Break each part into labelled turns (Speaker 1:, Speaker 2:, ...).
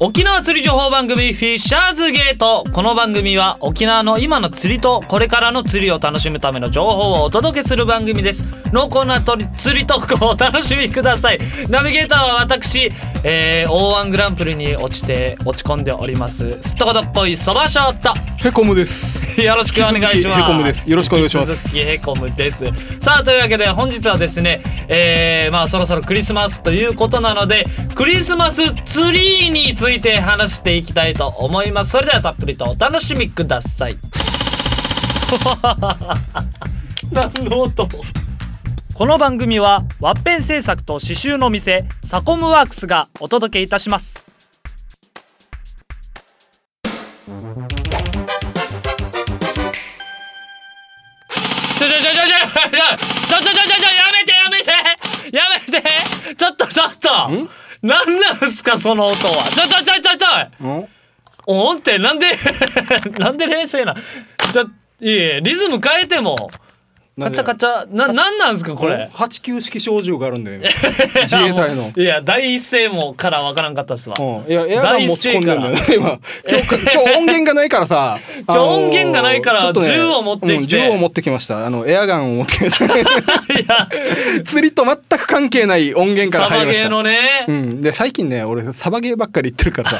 Speaker 1: 沖縄釣り情報番組フィッシャーズゲートこの番組は沖縄の今の釣りとこれからの釣りを楽しむための情報をお届けする番組です濃厚なとり釣りトークをお楽しみくださいナビゲーターは私、えー、O1 グランプリに落ちて落ち込んでおりますすっとことっこいそばショー
Speaker 2: ヘコムです。
Speaker 1: トよろしくお願いします
Speaker 2: ヘコムです。よろしくお願いします。
Speaker 1: 引き続きヘコムですさあというわけで本日はですねえー、まあそろそろクリスマスということなのでクリスマスツリーについて話していきたいと思いますそれではたっぷりとお楽しみくださ い何の音この番組はワッペン製作と刺繍の店サコムワークスがお届けいたしますちょちょちょちょちょちょちょちょちょちょやめてやめてやめてちょっとちょっとなんなんすかその音はちょちょちょちょちょ
Speaker 2: ん
Speaker 1: おんってなんでなんで 冷静なちょいえいえリズム変えてもカチャカ
Speaker 2: チ
Speaker 1: チャななんなんすかこれ
Speaker 2: 八九式小銃があるんだ よ。今自衛隊の。
Speaker 1: いや第一声もからわからんかったっすわ、
Speaker 2: うん、いやエアガン持ち込んでんだよね今今日か今日音源がないからさ
Speaker 1: 今日音源がないから
Speaker 2: ちょっとね
Speaker 1: 銃を持ってきて
Speaker 2: うん銃を持ってきましたあのエアガンを持ってきまし
Speaker 1: い
Speaker 2: た
Speaker 1: や
Speaker 2: 釣りと全く関係ない音源から
Speaker 1: サバ
Speaker 2: 入りまし
Speaker 1: ゲー
Speaker 2: た
Speaker 1: のね、
Speaker 2: うん、で最近ね俺サバゲーばっかり行ってるから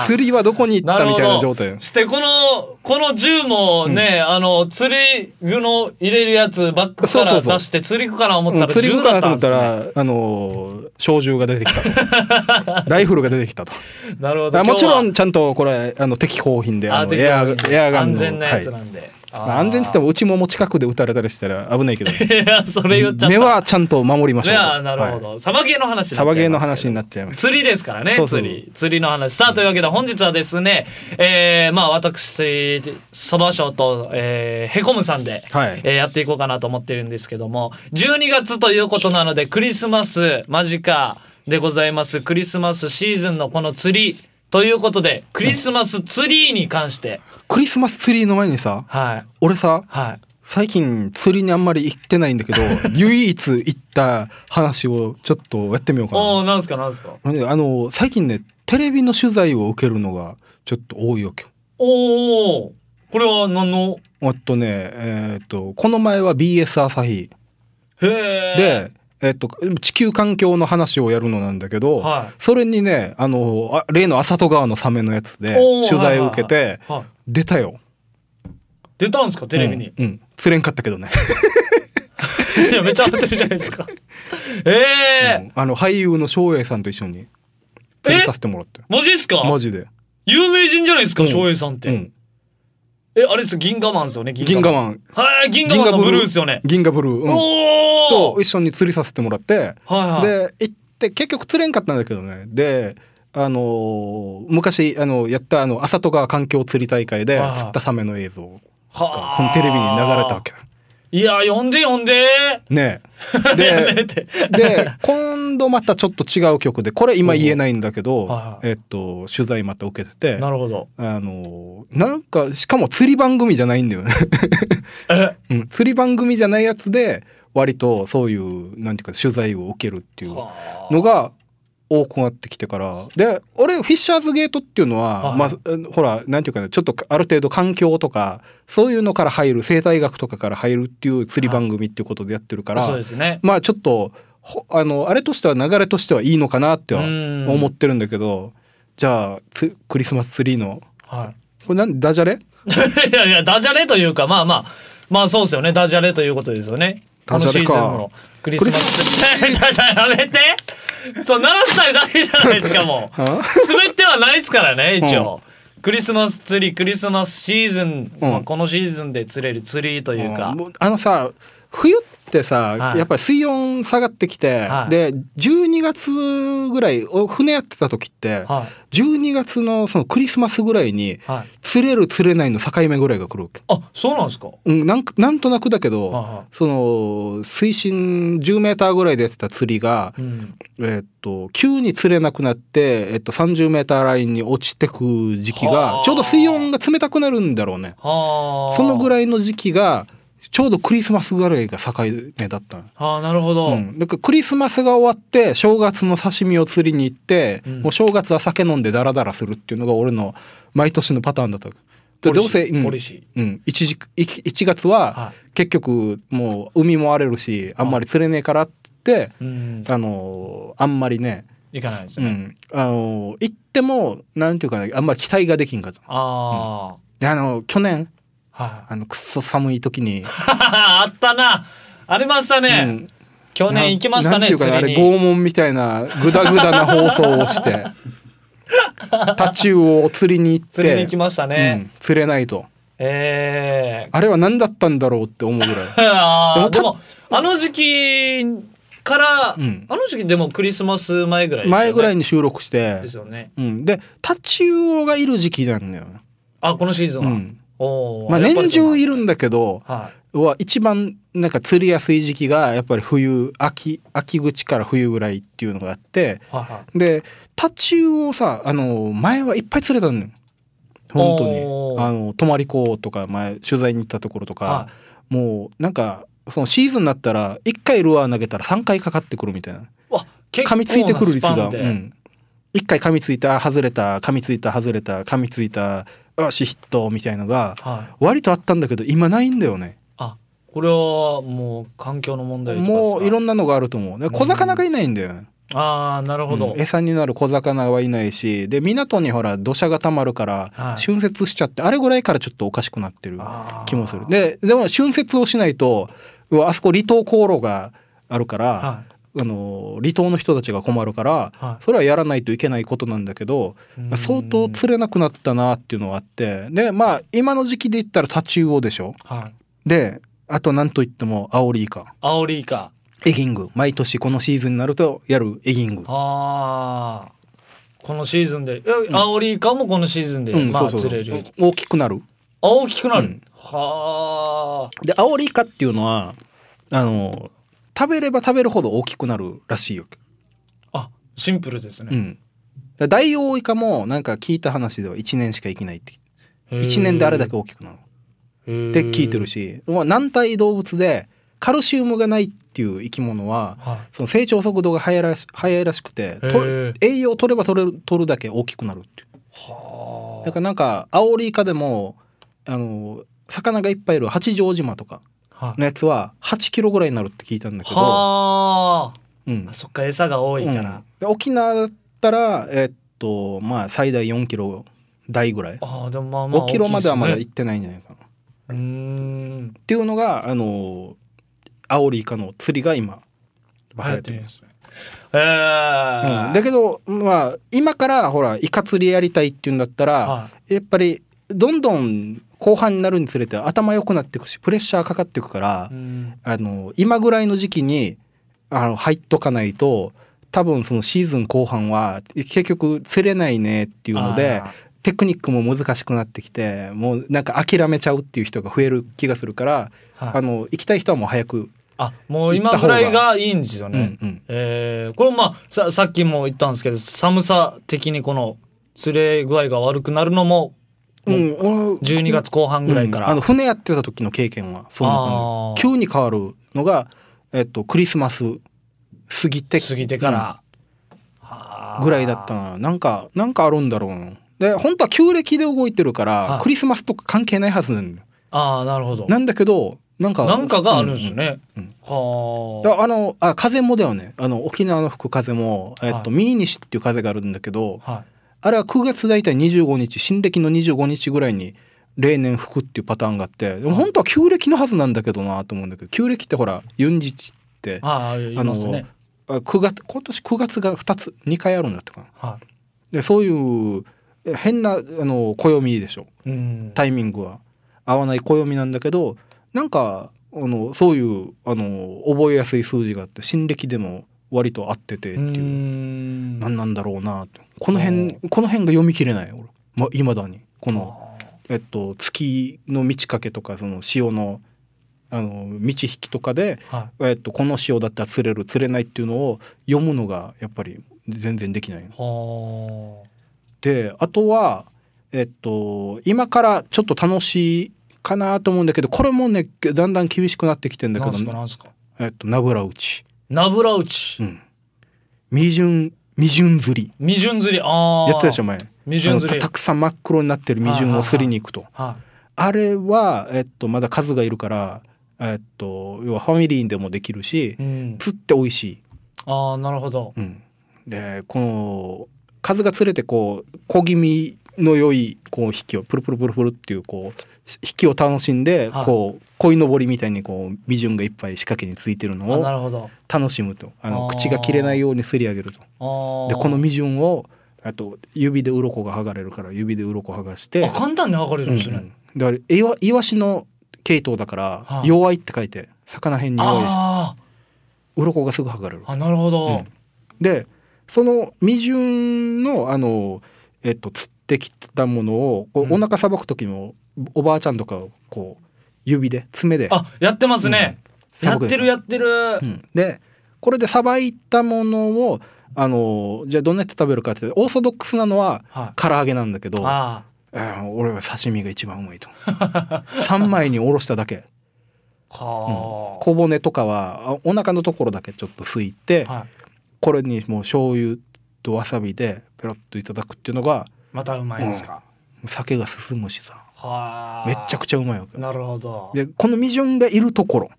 Speaker 2: さ釣りはどこに行ったみたいな状態
Speaker 1: してこのこの銃もね、あの釣り具の入れるやつバックか
Speaker 2: そうそ
Speaker 1: ら
Speaker 2: うそう
Speaker 1: 出して釣り具かな思った
Speaker 2: うん
Speaker 1: ら
Speaker 2: 釣り
Speaker 1: 銃
Speaker 2: 具か
Speaker 1: だ
Speaker 2: な
Speaker 1: っ
Speaker 2: と
Speaker 1: た
Speaker 2: 思
Speaker 1: ん
Speaker 2: っ
Speaker 1: です
Speaker 2: たら、
Speaker 1: ね。
Speaker 2: あのー小銃が出てきたと ライフルが出てきたと
Speaker 1: なるほど。
Speaker 2: あもちろん
Speaker 1: 今
Speaker 2: ちゃんとこれあの適法品で
Speaker 1: 日は
Speaker 2: あ
Speaker 1: あ
Speaker 2: の
Speaker 1: で
Speaker 2: エアエアガン
Speaker 1: 安
Speaker 2: の
Speaker 1: 全なやつな
Speaker 2: はい
Speaker 1: んで。
Speaker 2: まあ安全って言ってもうちもも近くで撃たれたりしたら危ないけど
Speaker 1: て も。いやそれ言っちゃった。
Speaker 2: 目はちゃんと守りましょう
Speaker 1: 目
Speaker 2: と
Speaker 1: はなるほ
Speaker 2: はい
Speaker 1: ど。サバゲーの話になっちゃいますけど。
Speaker 2: サバゲーの話になっちゃいます
Speaker 1: 釣りですからね
Speaker 2: そうそう
Speaker 1: 釣り釣りの話さあというわけで本日はですねえー、まあ私そば賞と、えー、へこむさんで、
Speaker 2: はい
Speaker 1: えーやっていこうかなと思ってるんですけども12月ということなのでクリスマス間近でございますクリスマスシーズンのこの釣りということでクリスマスツリーに関 して、
Speaker 2: クリスマスツリーの前にさ
Speaker 1: はい
Speaker 2: 俺さ
Speaker 1: はい
Speaker 2: 最近釣りにあんまり行ってないんだけ ど唯一行った話をちょっとやってみようか
Speaker 1: お
Speaker 2: な
Speaker 1: おなんすかなんすか
Speaker 2: なんであの最近ねテレビの取材を受けるのがちょっと多いわけよ
Speaker 1: おおこれは何の
Speaker 2: あとねえっ、とこの前は BS 朝日
Speaker 1: へえ
Speaker 2: で、えっと地球環境の話をやるのなんだけど、
Speaker 1: はい
Speaker 2: それにねあのあ例の朝戸川のサメのやつで
Speaker 1: おー
Speaker 2: 取材を受け
Speaker 1: は
Speaker 2: て
Speaker 1: はい
Speaker 2: 出たよ
Speaker 1: 出たんすかテレビに、
Speaker 2: うん、うん釣れんかったけどね、
Speaker 1: いや、めっちゃ当てるじゃないですか。え
Speaker 2: う
Speaker 1: え
Speaker 2: んあの俳優の照英さんと一緒に釣りさせてもらって
Speaker 1: マジっすか
Speaker 2: マジで、
Speaker 1: 有名人じゃないですか、
Speaker 2: うん
Speaker 1: 翔平さんって。
Speaker 2: うん、
Speaker 1: え、あれっす、銀河マンですよね、
Speaker 2: 銀河マン
Speaker 1: はい、銀河マンのブルーっすよね。
Speaker 2: 銀河ブルー、うん
Speaker 1: お
Speaker 2: と
Speaker 1: ー
Speaker 2: 一緒に釣りさせてもらって、
Speaker 1: はいはい。
Speaker 2: で行って結局釣れんかったんだけどねであのー昔あのやったあの朝戸川環境釣り大会で
Speaker 1: はいはい
Speaker 2: 釣ったサメの映像
Speaker 1: は
Speaker 2: が
Speaker 1: あ
Speaker 2: このテレビに流れたわけ。
Speaker 1: いや、呼んで呼んで。
Speaker 2: ねえ
Speaker 1: やめ
Speaker 2: で
Speaker 1: て。
Speaker 2: で今度またちょっと違う曲でこれ今言えないんだ
Speaker 1: お
Speaker 2: け
Speaker 1: う
Speaker 2: ど
Speaker 1: は、い
Speaker 2: えっと、取材また受けてて
Speaker 1: なるほど。
Speaker 2: あのなんかしかも釣り番組じゃないんだよね、
Speaker 1: え、
Speaker 2: うん、釣り番組じゃないやつで割とそういうなんていうか取材を受けるっていう
Speaker 1: はあ
Speaker 2: のが多くなってきてからで俺フィッシャーズゲートっていうのは、
Speaker 1: はい
Speaker 2: まあうんほらなんていうかなちょっとある程度環境とかそういうのから入る生態学とかから入るっていう釣り番組っていうことでやってるから、
Speaker 1: そうですね。
Speaker 2: まあちょっとほあのあれとしては流れとしてはいいのかなっては
Speaker 1: うん
Speaker 2: 思ってるんだけどじゃあつクリスマスツリーの
Speaker 1: は
Speaker 2: これなんダジャレ
Speaker 1: い。いやいや、ダジャレというか、まあまあ、まあそうですよね、ダジャレということですよね。
Speaker 2: ダジャレか
Speaker 1: このシーズンのクリスマス。え、 ダジャレやめて。そう、鳴らしたいだけじゃないですか、もう。
Speaker 2: あ
Speaker 1: 滑ってはないですからね一応、クリスマス釣りクリスマスシーズン、
Speaker 2: うん
Speaker 1: まあこのシーズンで釣れる釣りというか、
Speaker 2: もうあのさ冬ってさ、
Speaker 1: はい
Speaker 2: やっぱり水温下がってきて、
Speaker 1: はい
Speaker 2: で12月ぐらいお船やってた時って、
Speaker 1: は
Speaker 2: 12月のそのクリスマスぐらいに
Speaker 1: いはい
Speaker 2: 釣れる釣れないの境目ぐらいが来るわけ、
Speaker 1: あそうなんですか
Speaker 2: うん、なんかなんとなくだけ
Speaker 1: は
Speaker 2: ど、
Speaker 1: いは
Speaker 2: その水深1 0メーターぐらいでやってた釣りが、
Speaker 1: いうん
Speaker 2: えっと急に釣れなくなって、えっと3 0メーターラインに落ちてく時期
Speaker 1: は
Speaker 2: が
Speaker 1: あ
Speaker 2: ちょうど水温が冷たくなるんだろうね
Speaker 1: はあ
Speaker 2: そのぐ
Speaker 1: い
Speaker 2: らいの時期がちょうどクリスマスぐらいが境目だったの
Speaker 1: ああなるほど、
Speaker 2: うん、だからクリスマスが終わって正月の刺身を釣りに行って、
Speaker 1: うん
Speaker 2: もう正月は酒飲んでダラダラするっていうのが俺の毎年のパターンだったでどうせ、うん
Speaker 1: ポリシ
Speaker 2: うん、1, 時1月
Speaker 1: ー
Speaker 2: は
Speaker 1: は
Speaker 2: 結局もう海も荒れるしあんまり釣れねえからって
Speaker 1: い、うん、
Speaker 2: あのーあんまりね、
Speaker 1: いかないです
Speaker 2: う
Speaker 1: ね、
Speaker 2: ん、あのー行ってもなんていうかなあんまり期待ができんかった
Speaker 1: あ
Speaker 2: であのー去年
Speaker 1: あ、はい
Speaker 2: あのくっそ寒い時に、
Speaker 1: あったな。ありました
Speaker 2: う
Speaker 1: ね。
Speaker 2: ん
Speaker 1: 去年行きました
Speaker 2: なな
Speaker 1: ね、
Speaker 2: んていうか
Speaker 1: 釣
Speaker 2: ねあれ
Speaker 1: りに。
Speaker 2: 拷問みたいなグダグダな放送をして タチウオを釣りに行って
Speaker 1: 釣りに行きましたね。
Speaker 2: うん釣れないと
Speaker 1: ええ、
Speaker 2: あれは何だったんだろうって思うぐらい
Speaker 1: あーで
Speaker 2: でも
Speaker 1: も、あの時期から、
Speaker 2: うん
Speaker 1: あの時期でもクリスマス前ぐらいですよね。
Speaker 2: 前ぐらいに収録して
Speaker 1: で、すよね。
Speaker 2: うん、でタチウオがいる時期なんだよね、
Speaker 1: あ、このシーズン
Speaker 2: う
Speaker 1: は。
Speaker 2: ん
Speaker 1: おー
Speaker 2: まあ、
Speaker 1: やっぱり
Speaker 2: 年
Speaker 1: そうなん
Speaker 2: 中
Speaker 1: です
Speaker 2: いるんだけど
Speaker 1: は
Speaker 2: は一番なんか釣りやすい時期がやっぱり冬秋秋口から冬ぐらいっていうのがあって
Speaker 1: い。はいは
Speaker 2: でタチウオさあの前はいっぱい釣れたのよ本当に
Speaker 1: おー
Speaker 2: あの泊まり港とか前取材に行ったところと
Speaker 1: い。
Speaker 2: か、
Speaker 1: は。
Speaker 2: もうなんかそのシーズンになったら1回ルアー投げたら3回かかってくるみたいない
Speaker 1: わ、結
Speaker 2: 噛
Speaker 1: 構
Speaker 2: み
Speaker 1: な
Speaker 2: ついてくる率
Speaker 1: スパ
Speaker 2: が、
Speaker 1: ン
Speaker 2: う
Speaker 1: で
Speaker 2: ん、1回噛みついた外れた噛みついた外れた噛みついたよしヒットみたいのが
Speaker 1: はい。
Speaker 2: 割とあったんだけど今ないんだよね
Speaker 1: あ、これはもう環境の問題とかですか
Speaker 2: もういろんなのがあると思うで小魚がいないんだよね、
Speaker 1: ああ、なるほど。
Speaker 2: うん餌になる小魚はいないしで港にほら土砂がたまるから
Speaker 1: はい
Speaker 2: 浚渫しちゃって、あれぐらいからちょっとおかしくなってる
Speaker 1: あー
Speaker 2: 気もする。ででも浚渫をしないとうわあそこ離島航路があるから、
Speaker 1: はい。
Speaker 2: あの離島の人たちが困るから、
Speaker 1: はい
Speaker 2: それはやらないといけないことなんだけど、
Speaker 1: うん
Speaker 2: 相当釣れなくなったなっていうのはあってでまあ今の時期で言ったらタチウオでしょ
Speaker 1: はい。
Speaker 2: であと何と言ってもアオリイカ
Speaker 1: アオリイカ。
Speaker 2: エギング毎年このシーズンになるとやるエギング
Speaker 1: ああこのシーズンで、えアオリイカもこのシーズンで、
Speaker 2: うん
Speaker 1: ま
Speaker 2: そ
Speaker 1: あ
Speaker 2: うそう
Speaker 1: 釣れ
Speaker 2: そ
Speaker 1: る
Speaker 2: う大きくなる
Speaker 1: あ大きくなる、
Speaker 2: うん
Speaker 1: は
Speaker 2: でアオリイカっていうのはあの食べれば食べるほど大きくなるらしいよ、
Speaker 1: ああシンプルです
Speaker 2: う
Speaker 1: ね、
Speaker 2: ん、だダイオウイカもなんか聞いた話では1年しか生きないって1年であれだけ大きくなる
Speaker 1: っ
Speaker 2: って聞いてるしまあ軟体動物でカルシウムがないっていう生き物は
Speaker 1: は
Speaker 2: その成長速度が速いらし速いらしくてと
Speaker 1: へー
Speaker 2: 栄養を取れば取れる取るだけ大きくなるっていう
Speaker 1: いはあ
Speaker 2: だからなんかアオリイカでもあの魚がいっぱいいる八丈島とか
Speaker 1: はい
Speaker 2: のやつは8キロぐらいになるって聞いたんだけど、
Speaker 1: は
Speaker 2: うん
Speaker 1: ああそっか餌が多いから、
Speaker 2: うんで沖縄だったらえっとまあ最大4キロ台ぐらい
Speaker 1: ああでもまあまあ
Speaker 2: 5キロまではまだ
Speaker 1: い
Speaker 2: 行ってないんじゃないかな、っ
Speaker 1: うーん
Speaker 2: ていうのがあのアオリイカの釣りが今
Speaker 1: 流
Speaker 2: 流行
Speaker 1: 行っ
Speaker 2: っ
Speaker 1: てて
Speaker 2: る
Speaker 1: るんですねええ
Speaker 2: うん、だけどまあ今からほらイカ釣りやりたいっていうんだったら
Speaker 1: は
Speaker 2: やっぱりどんどん後半になるにつれて頭良くなっていくしプレッシャーかかっていくから
Speaker 1: い、うん
Speaker 2: あの今ぐらいの時期にあの入っとかないと多分そのシーズン後半は結局釣れないねっていうので
Speaker 1: あ
Speaker 2: テクニックも難しくなってきてもうなんか諦めちゃうっていう人が増える気がするから、
Speaker 1: あはい
Speaker 2: あの行きたい人はもう早く、
Speaker 1: あもう今ぐらいがいいんですよね、
Speaker 2: うんうん
Speaker 1: えーこれもまあささっきも言ったんですけど寒さ的にこの釣れ具合が悪くなるのも
Speaker 2: うん、
Speaker 1: 12月後半ぐらいから、
Speaker 2: うんあの船やってた時の経験はそんな
Speaker 1: あ
Speaker 2: 感
Speaker 1: ー
Speaker 2: じ急に変わるのが、えっと、クリスマス過ぎて
Speaker 1: 過ぎてから、は
Speaker 2: う
Speaker 1: あ
Speaker 2: んぐらいだったななんかなんかあるんだろうなで本当は旧暦で動いてるから、
Speaker 1: はいク
Speaker 2: クリスマスとか関係ないはずなんだよ
Speaker 1: ああなるほどな
Speaker 2: なんだけどなんか
Speaker 1: んかがあるんですよ、ね、
Speaker 2: うんうんうんだ
Speaker 1: は
Speaker 2: からあのあ風もだよねあの沖縄の吹く風も、えっと
Speaker 1: はい
Speaker 2: ミーニシっていう風があるんだけど
Speaker 1: あ、はい、
Speaker 2: あれは9月大体25日新暦の25日ぐらいに例年吹くっていうパターンがあってでも本当は旧暦のはずなんだけどなと思うんだけど旧暦ってほらユンジチってあ
Speaker 1: ああ言いますね
Speaker 2: 9月今年9月が2つ2回あるんだってかな
Speaker 1: は
Speaker 2: でそういうえ変なあの暦でしょ
Speaker 1: い、うん
Speaker 2: タイミングは合わない暦なんだけどなんかあのそういうあの覚えやすい数字があって新暦でも割と合っててって
Speaker 1: う
Speaker 2: いう。
Speaker 1: ん
Speaker 2: 何なんだろうなってこの辺
Speaker 1: お
Speaker 2: この辺が読み切れない俺まあ、未だにこの、
Speaker 1: は
Speaker 2: えっと、月の満ち欠けとかその潮のあの満ち引きとかで、
Speaker 1: あは
Speaker 2: えっと、この潮だったら釣れる釣れないっていうのを読むのがやっぱり全然できない。
Speaker 1: いは
Speaker 2: であとは、えっと、今からちょっと楽しかなと思うんだけどこれもねだんだん厳しくなってきてんだけ
Speaker 1: なん
Speaker 2: ど
Speaker 1: すかなんすか
Speaker 2: えっとナブラ打ち、
Speaker 1: ナブラ打ち
Speaker 2: うん、未順未順釣り
Speaker 1: 未順釣りああ
Speaker 2: やったでしょ前
Speaker 1: 未順釣
Speaker 2: あの
Speaker 1: り
Speaker 2: たたくさん真っ黒になってる未順をすりに行くと
Speaker 1: はい
Speaker 2: あれは、えっと、まだ数がいるから、えっと、要はファミリーでもできるし、
Speaker 1: うん、
Speaker 2: 釣って美味しい。
Speaker 1: ああなるほど
Speaker 2: うん、で、この、数が釣れて、こう、小気味の良い、こう、引きを、プルプルプルプルっていう、こう、引きを楽しんで、
Speaker 1: はい
Speaker 2: こう、鯉のぼりみたいに、こう、美順がいっぱい仕掛けについてるの
Speaker 1: あな
Speaker 2: を
Speaker 1: るほど
Speaker 2: 楽しむと。あ
Speaker 1: あ
Speaker 2: の、
Speaker 1: ー
Speaker 2: 口が切れないようにすり上げると。
Speaker 1: ああ
Speaker 2: で、この美順を、あと、指で鱗が剥がれるから、指で鱗剥がして、
Speaker 1: あ簡単に剥がれるんですね、
Speaker 2: うんうんだからイワイワシの系統だから
Speaker 1: は
Speaker 2: 「
Speaker 1: あ
Speaker 2: 弱い」って書いて魚辺に弱いでしょ
Speaker 1: あ
Speaker 2: 鱗がすぐ剥がれる
Speaker 1: ー。あなるほど、
Speaker 2: うんでその未順のあの、えっと、釣ってきたものをこう
Speaker 1: う
Speaker 2: お
Speaker 1: ん
Speaker 2: 腹さばく時も、おばあちゃんとかをこう指で爪で
Speaker 1: あやってますね、
Speaker 2: うん
Speaker 1: やってるやってる、
Speaker 2: うんでこれでさばいたものをあのじゃあどんな人食べるかってオーソドックスなのは
Speaker 1: はい
Speaker 2: 唐揚げなんだけど、
Speaker 1: あ
Speaker 2: えー俺は刺身が一番うまいと3枚におろしただけ。
Speaker 1: あは
Speaker 2: 小骨とかはあお腹のところだけちょっとすいて、
Speaker 1: あ、はい、
Speaker 2: これにもう醤油とわさびでペロッといただくっていうのが
Speaker 1: またうまいですか、
Speaker 2: 酒が進むしさ
Speaker 1: はあ
Speaker 2: めっちゃくちゃうまいわけよ
Speaker 1: なるほど
Speaker 2: でこの未順がいるところ、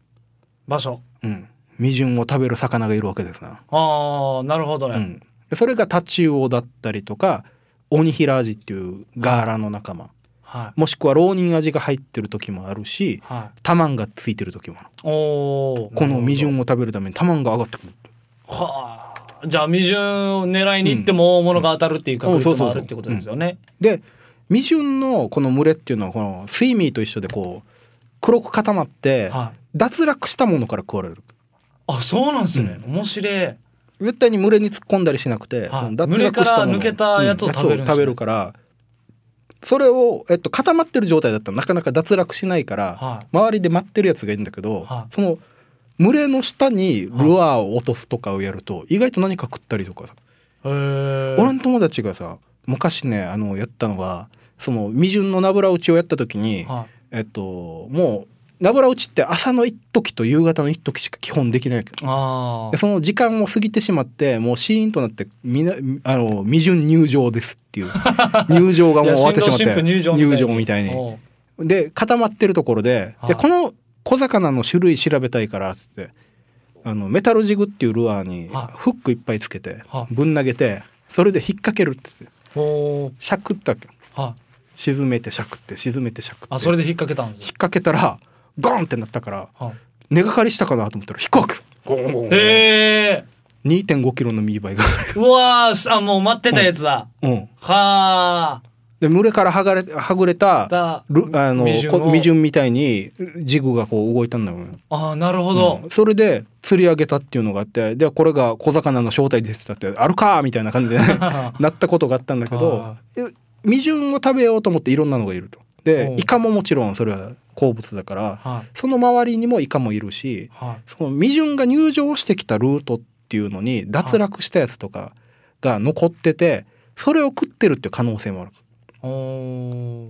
Speaker 1: 場所
Speaker 2: うん、未順を食べる魚がいるわけですな、
Speaker 1: ああなるほどね、
Speaker 2: うん、でそれがタチウオだったりとかオニヒラアジっていうガーラの仲間
Speaker 1: は
Speaker 2: もしくは浪人アジが入ってる時もあるし
Speaker 1: いは
Speaker 2: タマンがついてる時もある
Speaker 1: いおお
Speaker 2: この未順を食べるためにタマンが上がってくる
Speaker 1: はあじゃあ未順を狙いに行っても大物が当たるっていう確率もあるってことですよね、
Speaker 2: でミジュンのこの群れっていうのはこのスイミーと一緒でこう黒く固まって
Speaker 1: はい
Speaker 2: 脱落したものから食われる
Speaker 1: あそうなんですね、面白い
Speaker 2: 絶対に群れに突っ込んだりしなくて、
Speaker 1: い
Speaker 2: その脱落したもの
Speaker 1: 群れから抜けたやつを食べるんですね
Speaker 2: うんやつをからそれを、えっと、固まってる状態だったらなかなか脱落しないから、
Speaker 1: はい
Speaker 2: 周りで待ってるやつがいるんだけど、
Speaker 1: はい
Speaker 2: その群れの下にルアーを落とすとかをやると意外と何か食ったりとかさ
Speaker 1: へえ
Speaker 2: 俺の友達がさ昔ねあのやったのがその未順のナブラ打ちをやった時に、
Speaker 1: は
Speaker 2: えっともうナブラ打ちって朝の一時と夕方の一時しか基本できないわけ
Speaker 1: いあ
Speaker 2: でその時間を過ぎてしまってもうシーンとなってみなあの未順入場ですっていう 入場が
Speaker 1: あ
Speaker 2: もう終わってしまって
Speaker 1: いや新郎新婦入場みたいに
Speaker 2: 入場みたいに
Speaker 1: おう
Speaker 2: で固まってるところで
Speaker 1: はい
Speaker 2: でこの小魚の種類調べたいからっつってあのメタルジグっていうルアーに
Speaker 1: はい
Speaker 2: フックいっぱいつけて
Speaker 1: はい
Speaker 2: ぶん投げてそれで引っ掛けるっつって
Speaker 1: おー
Speaker 2: しゃくったわけ
Speaker 1: はい
Speaker 2: 沈めてしゃくって沈めてしゃくって
Speaker 1: あそれ
Speaker 2: 引っ
Speaker 1: で引っ掛けたんですよ
Speaker 2: 掛けたらゴーンってなったから
Speaker 1: はい
Speaker 2: 根がかりしたかなと思ったら飛行機ゴンゴンゴン
Speaker 1: へえ
Speaker 2: 2.5キロのミーバイが、
Speaker 1: うわーあもう待ってたやつだ、
Speaker 2: うん、
Speaker 1: はあ
Speaker 2: で群れからはがれはぐれた
Speaker 1: だ
Speaker 2: ルあの
Speaker 1: 未順を
Speaker 2: こ未順みたいにジグがこう動いたんだよね、
Speaker 1: ああなるほど、
Speaker 2: うんそれで釣り上げたっていうのがあってでこれが小魚の正体ですだってあるかみたいな感じで なったことがあったんだけど
Speaker 1: あ
Speaker 2: え未順を食べようと思っていろんなのがいると
Speaker 1: お
Speaker 2: で
Speaker 1: う
Speaker 2: イカももちろんそれは好物だから
Speaker 1: はい
Speaker 2: その周りにもイカもいるし
Speaker 1: はい
Speaker 2: その未順が入場してきたルートっていうのに脱落したやつとかが残っててそれを食ってるっていう可能性もある
Speaker 1: おー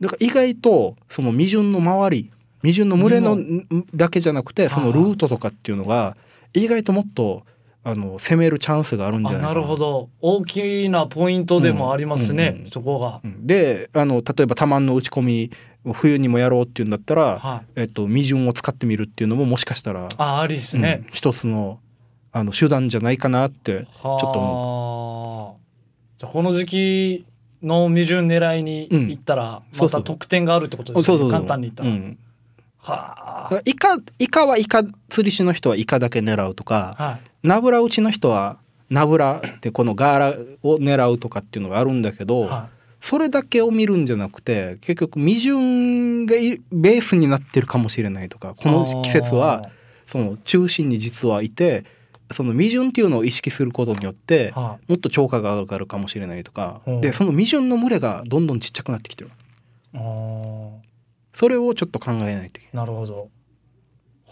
Speaker 2: だから意外とその未順の周り未順の群れの
Speaker 1: うん
Speaker 2: だけじゃなくてそのルートとかっていうのが意外ともっとあの攻めるチャンスがあるんじゃ
Speaker 1: あ
Speaker 2: ないかな。
Speaker 1: なるほど大きなポイントでもありますね、
Speaker 2: うん
Speaker 1: そこが、
Speaker 2: うんであの例えば多マンの打ち込みを冬にもやろうっていうんだったら、
Speaker 1: はい
Speaker 2: えっと、未順を使ってみるっていうのももしかしたら、
Speaker 1: あありです
Speaker 2: う
Speaker 1: ね
Speaker 2: ん、一つのあの手段じゃないかなって
Speaker 1: はあ
Speaker 2: ちょっと
Speaker 1: じゃあこの時期の未順狙いに行ったら、
Speaker 2: うんそ
Speaker 1: ま
Speaker 2: うそ
Speaker 1: た
Speaker 2: う
Speaker 1: 得点があるってことですね簡単に言ったら、
Speaker 2: うんだ
Speaker 1: は
Speaker 2: からイカイカはイカ釣り師の人はイカだけ狙うとか、
Speaker 1: あはい
Speaker 2: ナブラ打ちの人はナブラってこのガーラを狙うとかっていうのがあるんだけど、
Speaker 1: は
Speaker 2: それだけを見るんじゃなくて結局未順がいベースになってるかもしれないとか
Speaker 1: い
Speaker 2: この季節はその中心に実はいてその未順っていうのを意識することによって
Speaker 1: あーはい
Speaker 2: もっと超過が上がるかもしれないとか
Speaker 1: ほう
Speaker 2: でその未順の群れがどんどんちっちゃくなってきてる
Speaker 1: あー
Speaker 2: それをちょっと考えないといけ
Speaker 1: なるほど。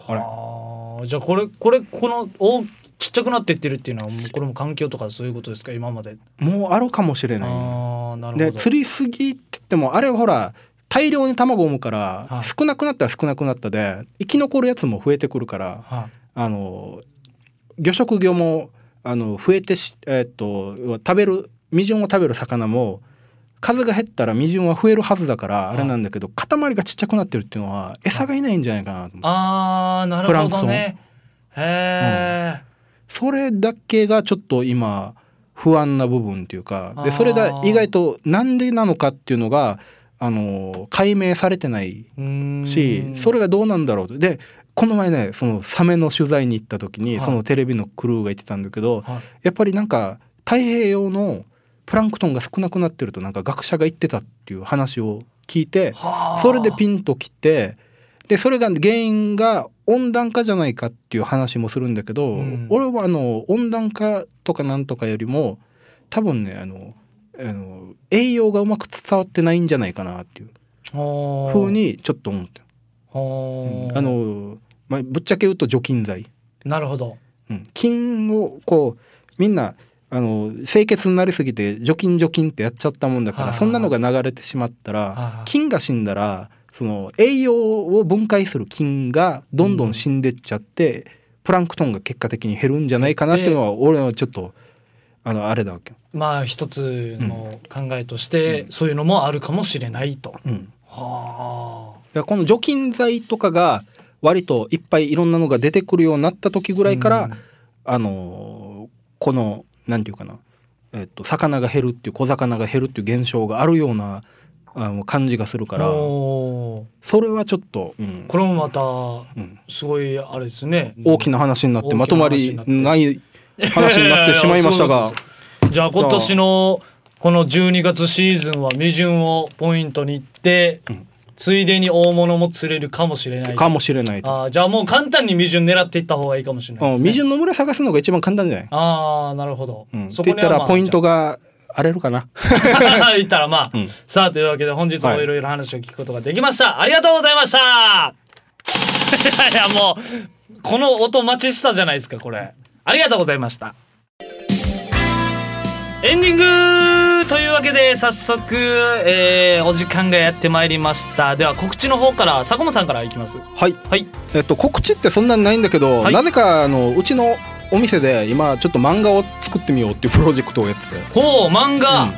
Speaker 2: あれ
Speaker 1: はあ。じゃあこれこれこのおちっちゃくなっていってるっていうのはもうこれも環境とかそういうことですか今まで。
Speaker 2: ないもうあるかもしれない
Speaker 1: ああなるほど。
Speaker 2: で釣りすぎって言ってもあれはほら大量に卵を産むから、
Speaker 1: はい
Speaker 2: 少なくなったら少なくなったで生き残るやつも増えてくるから
Speaker 1: は
Speaker 2: あの魚食魚もあの増えてし、えっと食べる未順を食べる魚も数が減ったら未順は増えるはずだから
Speaker 1: い
Speaker 2: あれなんだけど塊がちっちゃくなってるっていうのは餌がいないんじゃないかなと思う
Speaker 1: あーなるほどねへえ、
Speaker 2: それだけがちょっと今不安な部分っていうか
Speaker 1: あー
Speaker 2: でそれが意外となんでなのかっていうのがあの解明されてないう
Speaker 1: ーん
Speaker 2: しそれがどうなんだろうとでこの前ねそのサメの取材に行った時に
Speaker 1: はい
Speaker 2: そのテレビのクルーが言ってたんだけど、
Speaker 1: はい
Speaker 2: やっぱりなんか太平洋のプランクトンが少なくなってるとなんか学者が言ってたっていう話を聞いて
Speaker 1: はあ
Speaker 2: それでピンときてでそれが原因が温暖化じゃないかっていう話もするんだけど、
Speaker 1: うん
Speaker 2: 俺はあの温暖化とかなんとかよりも多分ねあのあの栄養がうまく伝わってないんじゃないかなっていう
Speaker 1: ほう
Speaker 2: ふうにちょっと思ってる
Speaker 1: ほう
Speaker 2: あの、まあ、ぶっちゃけ言うと除菌剤、
Speaker 1: なるほど
Speaker 2: うん、菌をこうみんなあの清潔になりすぎて除菌除菌ってやっちゃったもんだか
Speaker 1: は
Speaker 2: ら
Speaker 1: い
Speaker 2: そんなのが流れてしまった
Speaker 1: はいは
Speaker 2: ら
Speaker 1: い
Speaker 2: 菌が死んだらその栄養を分解する菌がどんどん死んでっちゃって、プランクトンが結果的に減るんじゃないかなっていうのは俺はちょっとあのあれだわけよ、
Speaker 1: まあ一つの考えとして、そういうのもあるかもしれないと、
Speaker 2: うん、
Speaker 1: は
Speaker 2: だからこの除菌剤とかが割といっぱいいろんなのが出てくるようになった時ぐらいから、
Speaker 1: うん
Speaker 2: あのこのなんていうかな、えっと、魚が減るっていう小魚が減るっていう現象があるようなあの感じがする
Speaker 1: あ
Speaker 2: から
Speaker 1: ほう
Speaker 2: それはちょっと、うん
Speaker 1: これもまた
Speaker 2: うん
Speaker 1: すごいあれですね
Speaker 2: 大きな話になって
Speaker 1: 大
Speaker 2: ま
Speaker 1: きな
Speaker 2: とま
Speaker 1: 話に
Speaker 2: り
Speaker 1: なって
Speaker 2: ない話になってしまいま したが
Speaker 1: じゃあ今年のこの12月シーズンは未順をポイントに行って、
Speaker 2: うん
Speaker 1: ついでに大物も釣れるかもしれない
Speaker 2: かもしれないと。
Speaker 1: あーじゃあもう簡単に未順狙っていった方がいいかもしれない
Speaker 2: うん
Speaker 1: です、ね、
Speaker 2: 未順の村探すのが一番簡単じゃない、
Speaker 1: ああなるほど、
Speaker 2: うん、って
Speaker 1: そこ
Speaker 2: 言
Speaker 1: に
Speaker 2: ったらポイント
Speaker 1: が
Speaker 2: が荒れるかな。
Speaker 1: 言ったらまあ、
Speaker 2: うん
Speaker 1: さあというわけで本日もいろいろ話を聞くことができました、ありがとうございましたいやいやもうこの音待ちしたじゃないですかこれありがとうございましたエンディングというわけで早速、えーお時間がやってまいりましたでは告知の方から坂本さんからいきます
Speaker 2: はい
Speaker 1: はい
Speaker 2: えっと、告知ってそんなにないんだけど、
Speaker 1: はい
Speaker 2: なぜかあのうちのお店で今ちょっと漫画を作ってみようっていうプロジェクトをやって
Speaker 1: ほう漫画、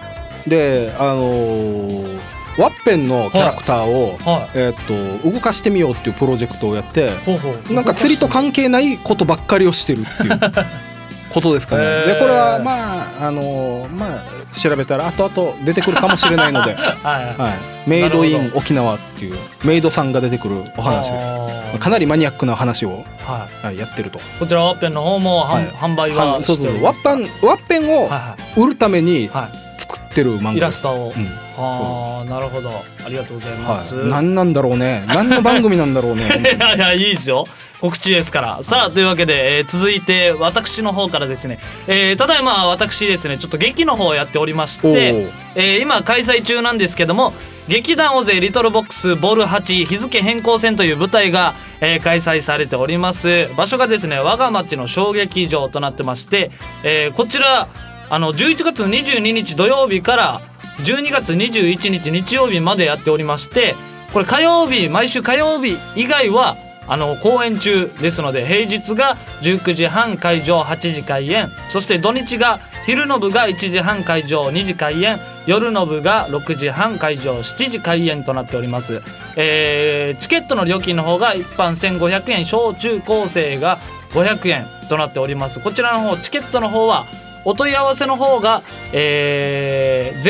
Speaker 2: てであのーワッペンのキャラクターを、
Speaker 1: は
Speaker 2: えっと動かしてみようっていうプロジェクトをやって
Speaker 1: いほうほう
Speaker 2: なんか釣りと関係ないことばっかりをしてるっていう ことですかね、
Speaker 1: へー
Speaker 2: でこれはまああのーまあ調べたら後々出てくるかもしれない ので、は
Speaker 1: はいはい
Speaker 2: い、メイドイ
Speaker 1: なる
Speaker 2: ン沖縄っていうメイドさんが出てくるお話です
Speaker 1: す
Speaker 2: かなりマニアックな話を
Speaker 1: はい
Speaker 2: はいやってると。
Speaker 1: こちらワッペンの方も、はん
Speaker 2: はい
Speaker 1: 販売は
Speaker 2: そう
Speaker 1: して
Speaker 2: そ
Speaker 1: お
Speaker 2: う
Speaker 1: り
Speaker 2: ワ
Speaker 1: ま
Speaker 2: ッ
Speaker 1: す
Speaker 2: パンワッペンを
Speaker 1: は
Speaker 2: 売るために
Speaker 1: いはい、は
Speaker 2: 作ってる漫画
Speaker 1: い、イラ
Speaker 2: です
Speaker 1: ストを、
Speaker 2: うん
Speaker 1: ああなるほどありがとうございます、
Speaker 2: はい、何なんだろうね何の番組なんだろう
Speaker 1: い
Speaker 2: ね
Speaker 1: やいやいいですよ告知ですからさあというわけで、えー続いて私の方からですね、えーただいま私ですねちょっと劇の方をやっておりまし
Speaker 2: おお
Speaker 1: て、えー今開催中なんですけども劇団オゼリトルボックスボール8日付変更戦という舞台が、えー開催されております場所がですね我が町の小劇場となってまして、えーこちらあの11月22日土曜日から12月21日日曜日までやっておりましてこれ火曜日毎週火曜日以外はあの公演中ですので平日が19時半会場8時開演そして土日が昼の部が1時半会場2時開演夜の部が6時半会場7時開演となっております、えーチケットの料金の方が一般1500円小中高生が500円となっておりますこちらの方チケットの方はお問い合わせの方が、えー、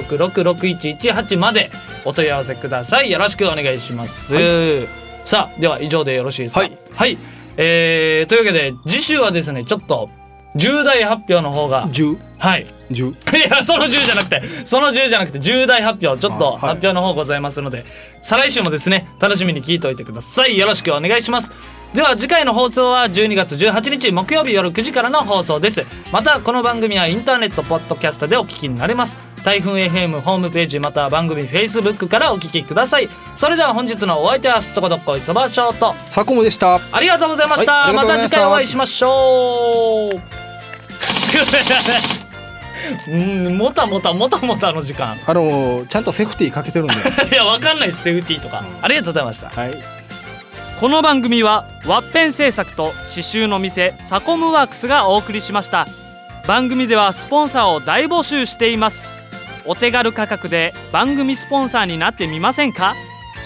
Speaker 1: 098-866-6118-098-866-6118までお問い合わせくださいよろしくお願いします、さあでは以上でよろしいですか
Speaker 2: はい、
Speaker 1: えーというわけで次週はですねちょっと重大発表の方が
Speaker 2: 10
Speaker 1: はい
Speaker 2: 10
Speaker 1: いやその10じゃなくてその10じゃなくて重大発表ちょっと
Speaker 2: あはい
Speaker 1: 発表の方ございますので、再来週もですね楽しみに聞いておいてくださいよろしくお願いしますでは次回の放送は12月18日木曜日夜9時からの放送ですまたこの番組はインターネットポッドキャストでお聞きになれます台風 FM ホームページまたは番組 Facebook からお聞きくださいそれでは本日のお相手はすっとこどっこいそばショート
Speaker 2: サコムでした
Speaker 1: ありがとうございました、
Speaker 2: はいあり
Speaker 1: ま
Speaker 2: がとうござ
Speaker 1: た次
Speaker 2: いました
Speaker 1: 回お会いしましょううん もたもたもたもたの時間
Speaker 2: あのちゃんとセーフティーかけてるんで
Speaker 1: いやわかんないですセーフティーとか、
Speaker 2: うん
Speaker 1: ありがとうございました
Speaker 2: はい
Speaker 1: この番組はワッペン製作と刺繍の店サコムワークスがお送りしました番組ではスポンサーを大募集していますお手軽価格で番組スポンサーになってみませんか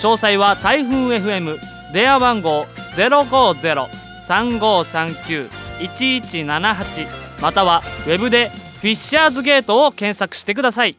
Speaker 1: 詳細は台風 FM 電話番号050-3539-1178またはウェブでフィッシャーズゲートを検索してください